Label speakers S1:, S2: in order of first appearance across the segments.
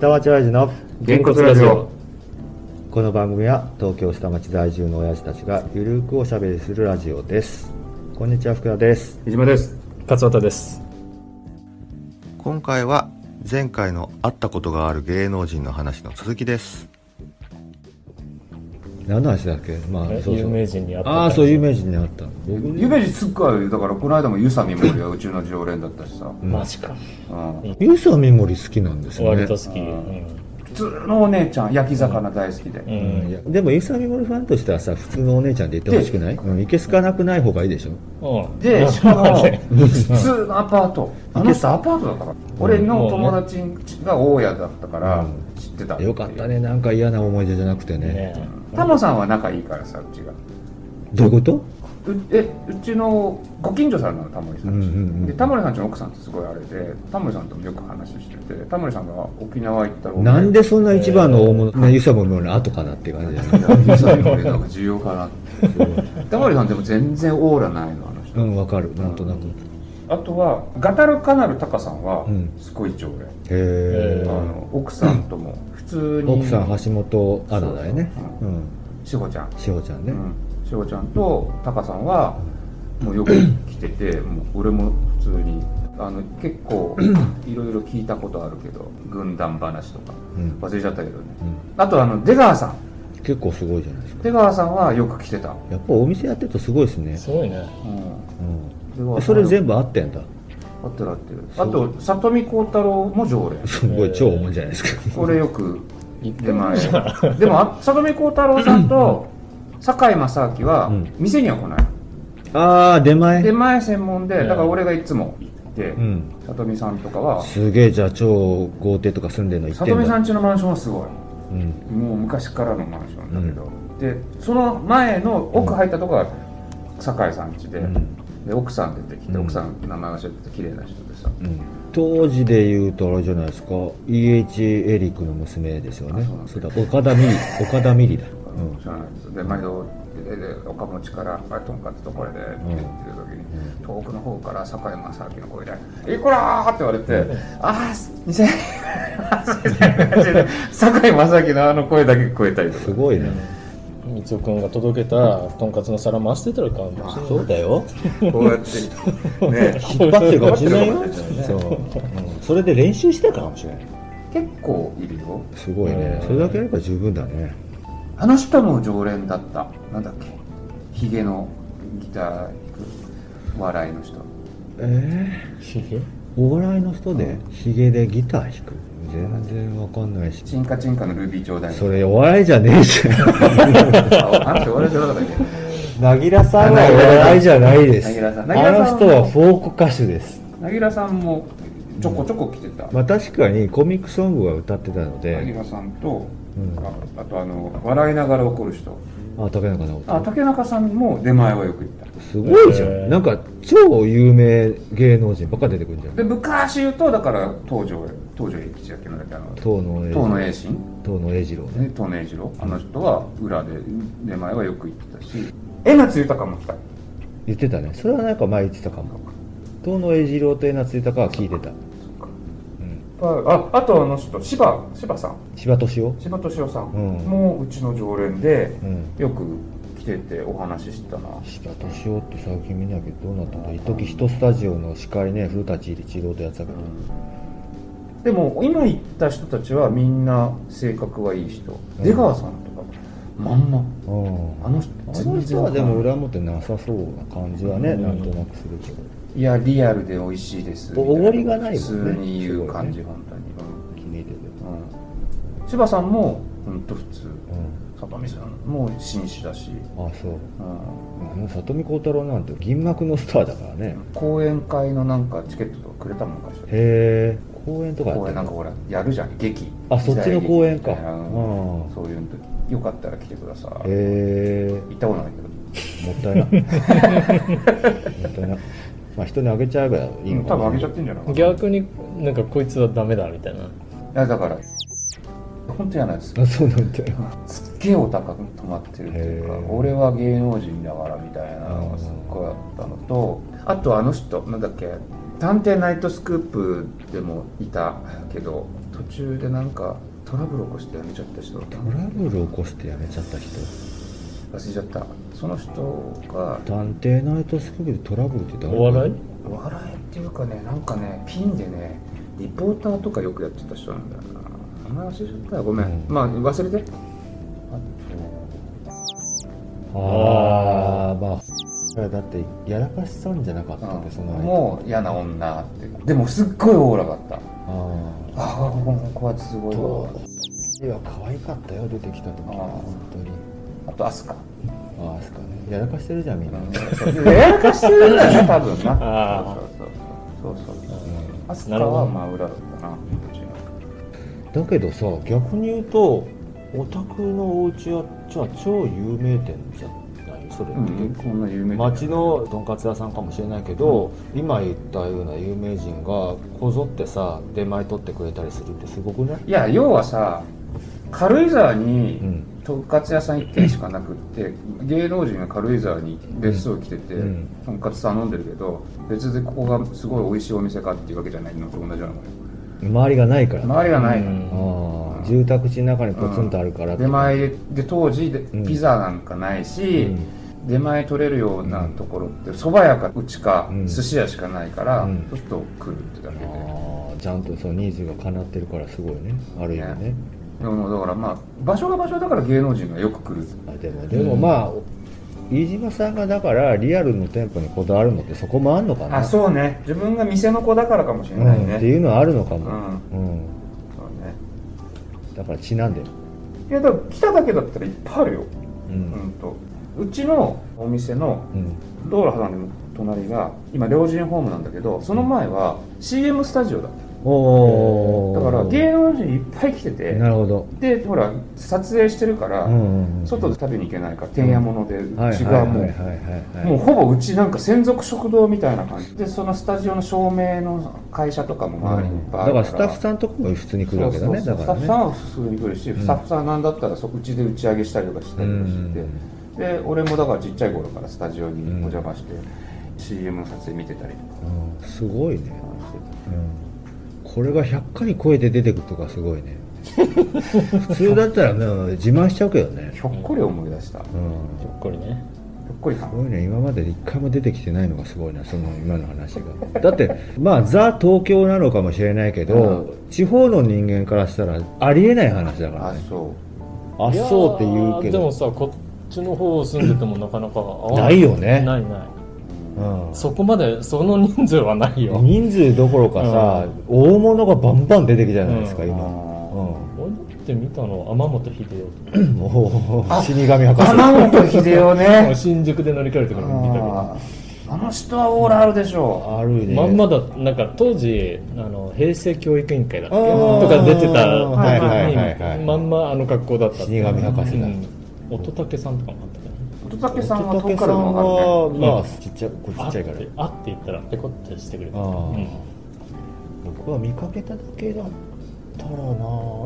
S1: 下町ラジの
S2: げんこつラジオ
S1: この番組は東京下町在住の親父たちがゆるくおしゃべりするラジオですこんにちは福田です
S2: 江島です
S3: 勝俣です
S4: 今回は前回の会ったことがある芸能人の話の続きです
S1: 何の話だっけまあ
S3: え
S1: そうそう
S3: 有名人に会った
S1: ああそう有名人に会った僕
S2: ゆべじすっごいあるよだからこの間もゆさみもりはうちの常連だったしさ、
S3: マジか
S2: うん、
S1: ユーサミモリ好きなんですよね
S3: 割と好き、うん
S2: 普通のお姉ちゃん焼き魚大好きで、
S3: うん
S1: いやでもユーサミモリファンとしてはさ普通のお姉ちゃんで言ってほしくない、うん、いけすかなくない方がいいでしょ
S3: うん
S2: でしかも
S3: ね
S2: 普通のアパートあの人アパートだから俺の友達が大家だったから
S1: うん
S2: 知ってた
S1: よかったねなんか嫌な思い出じゃなくてね
S2: タモさんは仲いいからさうちが
S1: どういうこと
S2: うえうちのご近所さんなのタモリさんち、
S1: うんうんうん
S2: でタモリさんちの奥さんってすごいあれでタモリさんともよく話しててタモリさんが沖縄行ったら
S1: なんでそんな一番の大物、ね、ユーサミモリの後かなっていう感じだよね
S2: ゆさみもりなんか重要かな ってタモリさんでも全然オーラないのあの人、
S1: うんわかるなんとなくへ
S2: あとはガタルカナルタカさんは
S1: うん
S2: すごい常連、
S1: え
S3: へー
S2: あの奥さんとも普通に
S1: 奥さん橋本アナだよね
S2: そう
S1: う
S2: そ
S1: ん
S2: 志保ちゃん
S1: 志保ちゃん
S2: う
S1: ね
S2: ん志保ちゃんとタカさんはもうよく来ててもう俺も普通にあの結 構いろいろ聞いたことあるけど軍団話とか
S1: うん
S2: 忘れちゃったけどね
S1: うん
S2: あとあの出川さん
S1: 結構すごいじゃないですか
S2: 出川さんはよく来てた、
S1: やっぱお店やってるとすごいですね
S3: すごいね
S2: うん
S1: う
S2: 出川さん
S1: んそれ全部合ってんだ
S2: 合ってる合ってる
S1: そう
S2: あと里見孝太郎も常連
S1: すごい超重いじゃないですか
S2: これよく出前 でもあ里見孝太郎さんと堺正明は
S1: うん
S2: 店には来ない、
S1: ああ出
S2: 出
S1: 前
S2: 前専門で
S3: う
S2: だ
S3: ん
S2: から俺がいつも行って、
S1: うん
S2: 里見さんとかは
S1: すげえじゃあ超豪邸とか住んでるの行って
S2: 里
S1: ん
S2: 見さ
S1: だ
S2: ん家のマンションはすごい
S1: うん
S2: もう昔からのマンションだけど、でその前の奥入ったとこが堺さん家で,、
S1: うん
S2: で奥さん出てきて、
S1: うん
S2: 奥さん名前が知ってて綺麗な人でさ、
S1: うん当時で言うとあれじゃないですか EH エリックの娘ですよね
S2: あそうなんだ
S1: そうだ岡田美里岡田美里だうん
S2: 知らないですで毎度でで岡持ちからあ「とんかつとこれで」って言ってる時に、遠くの方から堺正明の声で「いくら!」って言われて「ああ2000円」みたいな感じで 堺正明のあの声だけ聞こえたりと
S1: す
S2: か
S1: ごいな
S3: 三つくんが届けたとんかつの皿回してたら買うもん
S1: そうだよ
S2: こうやってね
S1: 引っ張ってるかもしれない
S2: 引っ
S1: よ
S2: 張ってるかもしれないね
S1: そう、うんそれで練習してたかもしれない
S2: 結構いるよ
S1: すごいね
S3: うん
S1: それだけやれば十分だね
S2: あの人も常連だったなんだっけヒゲのギター弾く笑いの人
S1: え
S3: ひげ
S1: ー、お笑いの人でヒゲでギター弾く全然わかんないし
S2: チンカチンカのルビーちょうだい
S1: それお笑いじゃねえじゃ
S2: あの人笑いじゃなかったっけ
S1: ん なぎらさ
S2: んはお笑いじ
S1: ゃない
S2: ですなぎらさんあの人はフ
S1: ォーク歌手です
S2: なぎらさんもちょこちょこ来てた、
S1: まあ確かにコミックソングは歌ってたの
S2: なぎ
S1: で
S2: らさんと、
S1: うん
S2: ああとあの笑いながら怒る人
S1: あ竹中直
S2: あ
S1: 人
S2: 竹中さんも出前はよく行っ
S1: すごいじゃ
S3: へー
S1: んなんか超有名芸能人ばっか出てくるんじゃ
S2: た
S1: ん
S2: で昔言うとだから東条東条栄吉だっけなんだっけあの
S1: 遠野栄
S2: 東野
S1: 二
S2: 栄心
S1: 郎遠野栄二郎ね
S2: ね東野栄二郎あの人は裏で出前はよく行ってたし江夏豊も来た
S1: 言ってたねそれはなんか前言ってたかも遠野栄二郎と江夏豊は聞いてた、うん、
S2: ああとあの人柴柴さん
S1: 柴敏夫
S2: 柴敏夫さん
S1: うん
S2: もうちの常連で
S1: うん
S2: よく来ててお話ししてたな
S1: 柴敏夫って最近見ないけどどうなったんだ一時一スタジオの司会ね古舘一郎とやってたけど
S2: でも今行った人たちはみんな性格はいい人、
S1: うん
S2: 出川さんとかまんま
S1: うん
S2: あの人
S1: あの人はでも裏表なさそうな感じはね、
S3: うん
S1: なんとなくするけど
S2: いやリアルで美味しいです
S1: おおごりがないもんね
S2: 普通に言う感じ、
S1: すごい
S2: 本当に
S1: 気に入ってて、
S2: うん、うん、柴さんも本当普通
S1: う
S2: 里見さんも紳士だし、
S1: ん、あそう
S2: うん、
S1: あの里見孝太郎なんて銀幕のスターだからね
S2: 講演会のなんかチケットとかくれたもん昔
S1: へえ公演とかやっ
S2: 公
S1: て
S2: 演
S1: ん
S2: なんか
S1: の
S2: ほらやるじゃん劇
S1: あそっちの公演か
S2: 時代劇みたいな
S1: うん
S2: そういうの時よかったら来てください
S1: へ
S2: 行ったことないけど
S1: えもったいなもったいなまあ人にあげちゃえばいいの
S2: 多
S1: か
S2: 分
S1: な
S2: あげちゃってんじゃないか な
S3: 逆になんかこいつはダメだみたいない
S2: やだから本当じゃないです
S1: あそうなんだよ
S2: すっげえお高く止まってるっていうか
S1: へー
S2: 俺は芸能人だからみたいなのがすっごいあったのとあとあの人なんだっけ「探偵ナイトスクープ」でもいたけど途中でなんかトラブル起こして辞めちゃった人だった
S1: トラブル起こして辞めちゃった人
S2: 忘れちゃったその人が
S1: 探偵ナイトスクールでトラブルって誰
S3: お笑い
S2: お笑いっていうかねなんかねピンでねリポーターとかよくやってた人なんだよな名前忘れちゃったよごめん、
S1: うん
S2: まあ忘れて
S1: ああまあそれだってやらかしそうじゃなかったんでその間
S2: もう嫌な女ってでもすっごいオーラがあった
S1: あ
S2: ああこの子はすごいわ
S1: あいや可愛かったよ出てきた時
S2: あー
S1: 本当に
S2: あとアスカ
S1: ああすかねやらかしてるじゃんみんな
S2: やらかしてるん だよ多分な
S3: あ
S2: そうそうそうそうそうアスカ
S3: なるほ
S2: は
S3: ど
S2: 真裏だったな
S1: だけどさ逆に言うとお宅のお家はじゃあ超有名店じゃないそれっ
S2: う
S1: て
S2: ん
S1: 結
S2: こ
S1: 構
S2: んな有名
S1: 町のとんかつ屋さんかもしれないけど、今言ったような有名人がこぞってさ出前取ってくれたりするってすごくない
S2: いや要はさ軽井沢に、
S1: ん
S2: とんかつ屋さん1軒しかなくって芸能人が軽井沢に別荘来てて、
S1: うん
S2: とんかつ頼んでるけど別でここがすごい美味しいお店かっていうわけじゃないのと同じなの
S1: 周りがないから
S2: 周りがない
S3: う
S2: の、
S3: ん
S1: ああ住宅地の中にポツンとあるからって
S2: 出前でで当時で
S1: ん
S2: ピザなんかないし、
S1: うん
S2: 出前取れるようなところって蕎麦屋かうちか
S1: うん
S2: 寿司屋しかないから、
S1: うん
S2: ちょっと来るってだけで、
S1: ああちゃんとそのニーズがかなってるからすごいねある意味ね
S2: でもだからまあ場所が場所だから芸能人がよく来る
S1: あでもでもまあ、飯島さんがだからリアルの店舗にこだわるのってそこもあんのかな
S2: あそうね自分が店の子だからかもしれ
S1: う
S2: ない
S1: ん、
S2: ね、
S1: っていうのはあるのかも、
S2: う
S1: うん
S2: そうね
S1: だからちなんでる、
S2: いやでも来ただけだったらいっぱいあるよ、
S1: う
S2: うんん、とうちのお店の
S1: うん
S2: 道路挟んでの隣が今老人ホームなんだけどその前は CM スタジオだっ
S1: お
S2: た
S1: お
S2: だから芸能人いっぱい来てて
S1: なるほど、
S2: でほら撮影してるから、
S1: うんうん、
S2: 外で食べに行けないからてんやものでう
S1: はい
S2: ち
S1: は
S2: が
S1: い
S2: も
S1: は
S2: う
S1: いはいはい
S2: もうほぼうちなんか専属食堂みたいな感じでそのスタジオの照明の会社とかも周りにいっぱいあ
S1: だ
S2: る
S1: か
S2: から
S1: らスタッフさんとかも普通に来るわけだね
S2: そうそうそ
S1: だ
S2: う
S1: から
S2: スタッフ
S1: ね
S2: さんは普通に来るし、
S1: ん
S2: スタッフさんは何だったらそうちで打ち上げしたりとかしたりとかしてて、で俺もだからちっちゃい頃からスタジオにお邪魔して、CM の撮影見てたりとか
S1: うんうんすごいね、
S2: してて
S1: うん、これが100回超えて出てくるとかすごい ね普通だったらね自慢しちゃうけどね
S2: ひょっこり思い出した、ひ
S1: うん
S3: ひょっこりね。
S2: ょっこりさ
S1: す
S2: ん
S1: ごいね今までで一回も出てきてないのがすごいなその今の話がだってまあザ東京なのかもしれないけど、地方の人間からしたらありえない話だから
S2: あ
S1: ね
S2: そ
S1: あ
S3: いやー
S1: そうって言うけ
S3: でも
S1: ど
S3: さ、こっちの方住んでてもなかなか合わ
S1: ないよね
S3: ないない。
S1: うん、
S3: そこまで、その人数はないよ。
S1: 人数どころかさ、大物がバンバン出てきたじゃないですか、
S3: う
S2: う
S1: 今、う
S3: 俺だって見たのは天本秀夫
S1: ん、
S3: と
S1: もう死神博士
S2: 天本秀夫
S3: か。
S2: ね
S3: 新宿で乗り換えるところ見たけど。
S2: あーあの人はオーラあるでしょ
S1: あるね
S3: まんまだ、なんか当時、あの、平成教育委員会だっけ
S1: あー
S3: とか出てた
S1: はいはいはいはい
S3: 時に、まんまあの格好だったっていう。
S1: 死神博士だ
S3: うん乙武さんとかもあったからね。
S2: う乙武さんは
S1: 乙
S2: どっ
S1: 武
S2: か
S1: さ
S2: ら
S1: んは、
S2: も分かるね
S1: まあちっちゃいこれち
S3: あ
S1: っち
S3: っ
S1: ゃ
S3: て
S1: いから
S3: あって言ったらペコってしてくれた、
S1: あー
S3: うん
S1: 僕は見かけただけだったらな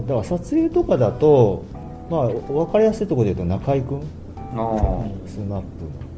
S1: だから撮影とかだとまあ分かりやすいところで言うと中居君
S2: あ
S1: スマップ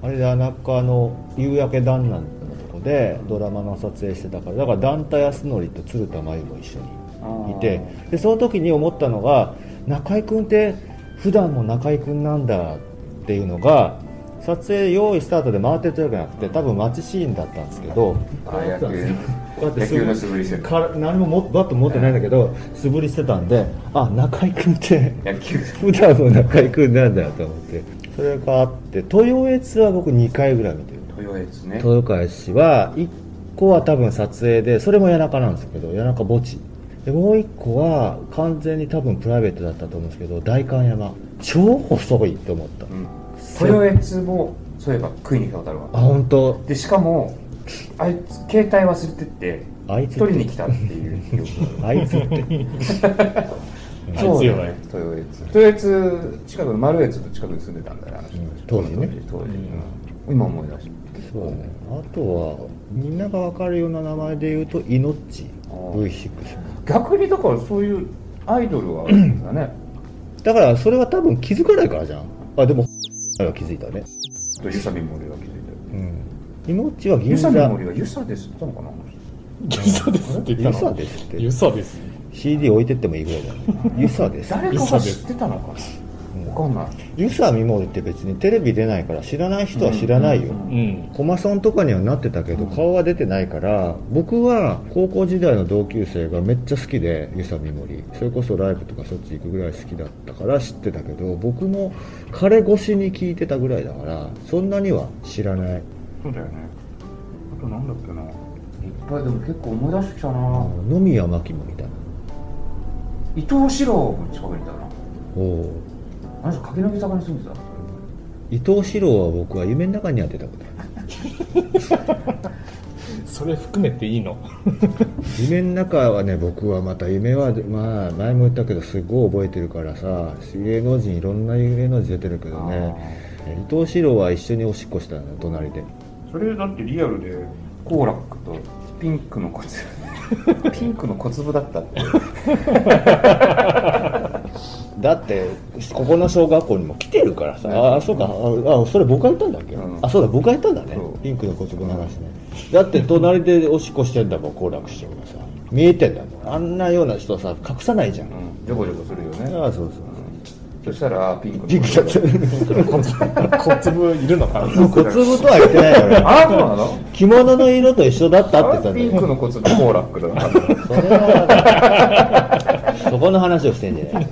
S1: あれで中の夕焼け旦那のとこでドラマの撮影してたからだから団体康則と鶴田真由も一緒
S2: ー
S1: にいてでその時に思ったのが中居君って普段も中居君なんだっていうのが撮影用意スタートで回ってるわけじゃなくて多分マッチシーンだったんですけど
S2: あー野球
S1: こうやってす
S2: 野
S1: ぐ
S2: 球の素振りしてる
S1: から何ももバット持ってないんだけど素振りしてたんであ中居君って
S2: 野球
S1: 普段の中居君なんだと思ってそれがあって豊越は僕2回ぐらい見てる
S2: 豊悦ね
S1: 豊越は1個は多分撮影でそれも谷中なんですけど谷中墓地でもう1個は完全に多分プライベートだったと思うんですけど代官山超細いと思った
S2: うん豊悦もそういえば食いに行ったことあるわ
S1: あ本当
S2: でしかもあいつ携帯忘れてって
S1: あいつっ
S2: 取りに
S1: て
S2: 来たっていう記 憶
S1: あいつって
S3: あいつよ
S2: だよ豊悦豊悦近くの丸越の近くに住んでたんだよあの人
S1: うん当時ね
S2: 当
S3: うん
S2: 時、うん今思い出し
S1: そうだねあとはみんなが分かるような名前で言うとイノッチ
S2: あー
S1: V6
S2: た逆にだからそういうアイドルはあるんだ ね
S1: だからそれは多分気づかないからじゃんあでもは気づいたね
S2: とゆさみもりは気づいて
S1: う
S2: る
S1: んイノッチは銀
S2: ゆ
S1: 座
S2: さみもりはゆさですって言ったのかな
S3: ユサですって言
S1: ユ
S3: った
S1: サ
S3: の
S1: ですって
S3: ユサです
S1: CD 置いてってもいいぐらいだよユサです
S2: 誰かが知ってたのか
S1: うん
S2: なわかんない
S1: ユサミモルって別にテレビ出ないから知らない人は知らないよ、
S2: うん
S3: うん。
S1: コマさんとかにはなってたけど顔は出てないから僕は高校時代の同級生がめっちゃ好きで遊佐美森それこそライブとかしょっちゅう行くぐらい好きだったから知ってたけど僕も彼越しに聞いてたぐらいだからそんなには知らない
S2: そうだよねあとなんだっけないっぱいでも結構思い出してきたな
S1: 野宮真紀もみたいな
S2: 伊藤四郎も近くにいたな
S1: おおう
S2: あの人柿の木坂に住んでた
S1: 伊藤四郎は僕は夢の中にやってたことある
S3: それ含めていい の
S1: 夢の中はね僕はまた夢はまあ前も言ったけどすごい覚えてるからさ芸能人いろんな芸能人出てるけどね伊藤四郎は一緒におしっこしたのよ隣で
S2: それだってリアルでコーラックとピンクの小粒 ピンクの小粒だったって
S1: だってここの小学校にも来てるからさ、
S2: ね
S1: ああそうかああそれ僕が言ったんだっけ、
S2: うん
S1: あそうだ僕が言ったんだね
S2: そう
S1: ピンクの小粒の話ね、だって隣でおしっこしてんだもん好楽師匠がさ見えてんだもんあんなような人さ隠さないじゃん、
S2: うんジョコジョコするよね
S1: ああそうそう
S2: そしたらピンクの
S1: ピンクだった
S3: 小粒いるのかな
S1: 小粒とは言ってないよ俺
S2: ああそうなの
S1: 着物の色と一緒だったって言った
S2: あ
S1: んだ
S2: ピン
S1: よ
S2: クの小粒コーラックだな
S1: それはそこの話をしてんじゃ ない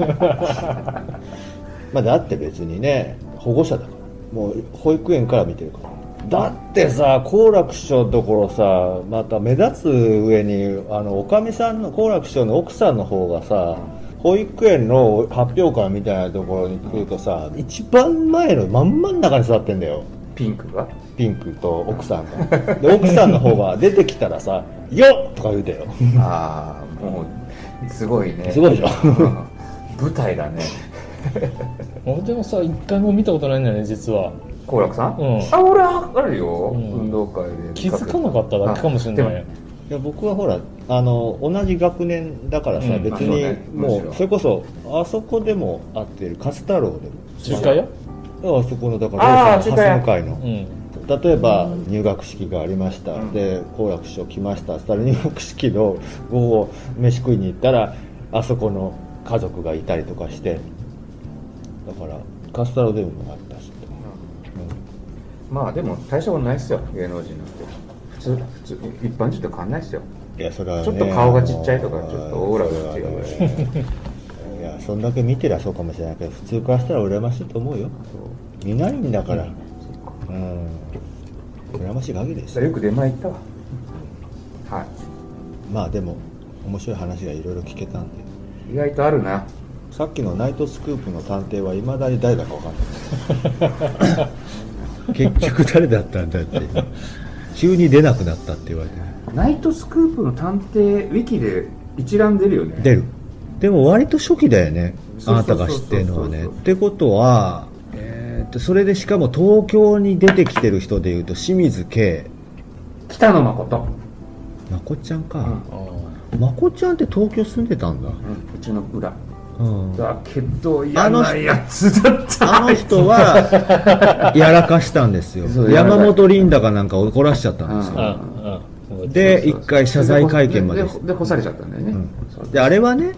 S1: まあだって別にね保護者だからもう保育園から見てるからだってさ好楽師匠のところさまた目立つ上にあのおかみさんの好楽師匠の奥さんの方がさ保育園の発表会みたいなところに来るとさ一番前の真ん真ん中に座ってんだよ
S2: ピン クが
S1: ピンクと奥さんがで奥さんの方が出てきたらさ 「よっ!」とか言うてよ
S2: ああもうすごいね
S1: すごいでしょ
S2: うん舞台だね
S3: 俺でもさ一回も見たことないんだよね実は
S2: 好楽さん、
S3: うん
S2: あ俺はあるよ、
S3: うん
S2: 運動会で
S3: 気づかなかっただけかもしれない
S2: あで
S1: いや僕はほらあの同じ学年だからさ、
S3: うん
S1: 別
S2: まあそう
S1: に
S2: ね
S1: も
S2: むし
S1: う
S2: ろ
S1: それこそあそこでも会ってる勝太郎で
S3: 中華屋
S1: もあそこのだか
S2: あ
S1: ら
S2: ー
S1: 蓮
S2: 中華屋
S1: 向会の
S3: うん
S1: 例えば入学式がありました、
S2: うん
S1: で好楽師匠来ましたそしたら入学式の午後飯食いに行ったらあそこの家族がいたりとかしてだから勝太郎でもあったし、
S2: まあでも大したことないっすよ芸能人なんて普通普通一般人と変わんないっすよ
S1: いやそれは、ね、
S2: ちょっと顔がちっちゃいとか
S1: あの
S2: ちょっとオーラが違う
S1: それはねいやそんだけ見てりゃそうかもしれないけど普通からしたら羨ましいと思うよいないんだからうん羨ましい限りです
S2: よく出前行ったわは
S1: まあでも面白い話がいろいろ聞けたんで
S2: い意外とあるな
S1: さっきのナイトスクープの探偵はいまだに誰だかわかん ない結局誰だったんだって急に出なくなったって言われて
S2: ナイトスクープの探偵ウィキで一覧出るよね
S1: 出るでも割と初期だよねあ
S2: そう
S1: な
S2: そ
S1: た
S2: うそうそう
S1: が知ってるのはねってことは、えーっとそれでしかも東京に出てきてる人でいうと清水圭
S2: 北野誠、
S1: まこちゃん
S2: う
S1: か
S2: ん、
S1: まこちゃんって東京住んでたんだ、
S2: うちの裏
S1: うん、
S2: だけど嫌なやつだった
S1: あの人 はやらかしたんですよ
S2: そう
S1: 山本リンダかなんか怒らしちゃったんです
S2: う
S1: よ
S2: ん
S3: あうん
S1: で
S2: そうそう
S1: 一回謝罪会見まで
S2: で干されちゃったんだよね、
S1: うん
S2: そう
S1: であれはね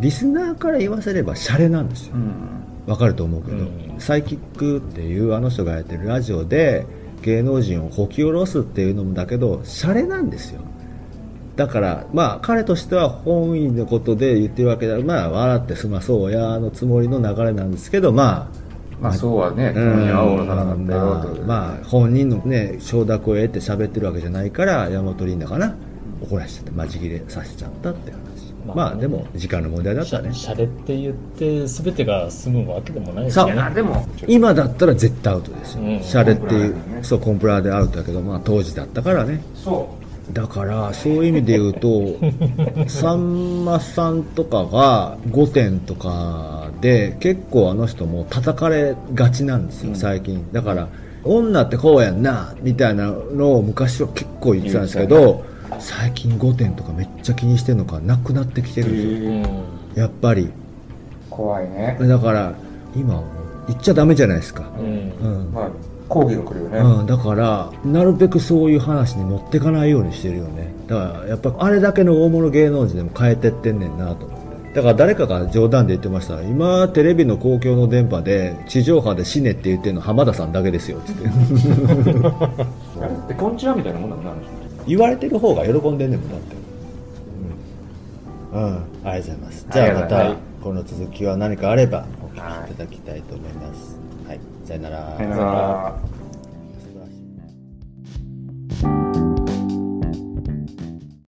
S1: リスナーから言わせればシャレなんですよ
S2: うん
S1: わかると思うけど、
S3: うん
S1: サイキックっていうあの人がやってるラジオで芸能人をこき下ろすっていうのもだけどシャレなんですよだからまあ彼としては本意のことで言ってるわけだまあ笑って済まそうやのつもりの流れなんですけどまあ
S2: まあそうはね、
S1: う
S2: 今
S1: ん
S2: 夜はおろさなかったよ
S1: まあ
S2: という、
S1: まあ本人のね承諾を得て喋ってるわけじゃないから山本リンダかな怒らしちゃってまじ切れさせちゃったって話
S3: まあ
S1: まあでも時間の問題だったね
S3: シャレって言って全てが済むわけでもない
S1: そう
S2: いやでも
S1: 今だったら絶対アウトですよ、
S3: うん
S1: シャレっていう
S2: コンプラだよね
S1: そうコンプラでアウトだけど、まあ、当時だったからね
S2: そ
S1: だからそういう意味で言うとさんまさんとかが5点とかで結構あの人も叩かれがちなんですよ最近だから女ってこうやんなみたいなのを昔は結構言ってたんですけど最近5点とかめっちゃ気にしてるのかなくなってきてるんですよ
S3: うん
S1: やっぱり
S2: う怖いね、
S1: だから今言っちゃダメじゃないですか
S3: うん
S1: うん
S2: はい抗議が来るよね、
S1: うん、だからなるべくそういう話に持ってかないようにしてるよねだからやっぱあれだけの大物芸能人でも変えてってんねんなと思ってだから誰かが冗談で言ってました今テレビの公共の電波で地上波で死ねって言ってるの浜田さんだけですよって 言って
S2: あれってこんちはみたいなもんだもんなあの人
S1: 言われてる方が喜んでんねんもんだってうん、うん、ありがとうございますじゃあま
S2: ありがとうござい
S1: た
S2: ま
S1: この続きは何かあればお聞きいただきたいと思いますはい、さよなら
S2: さよなら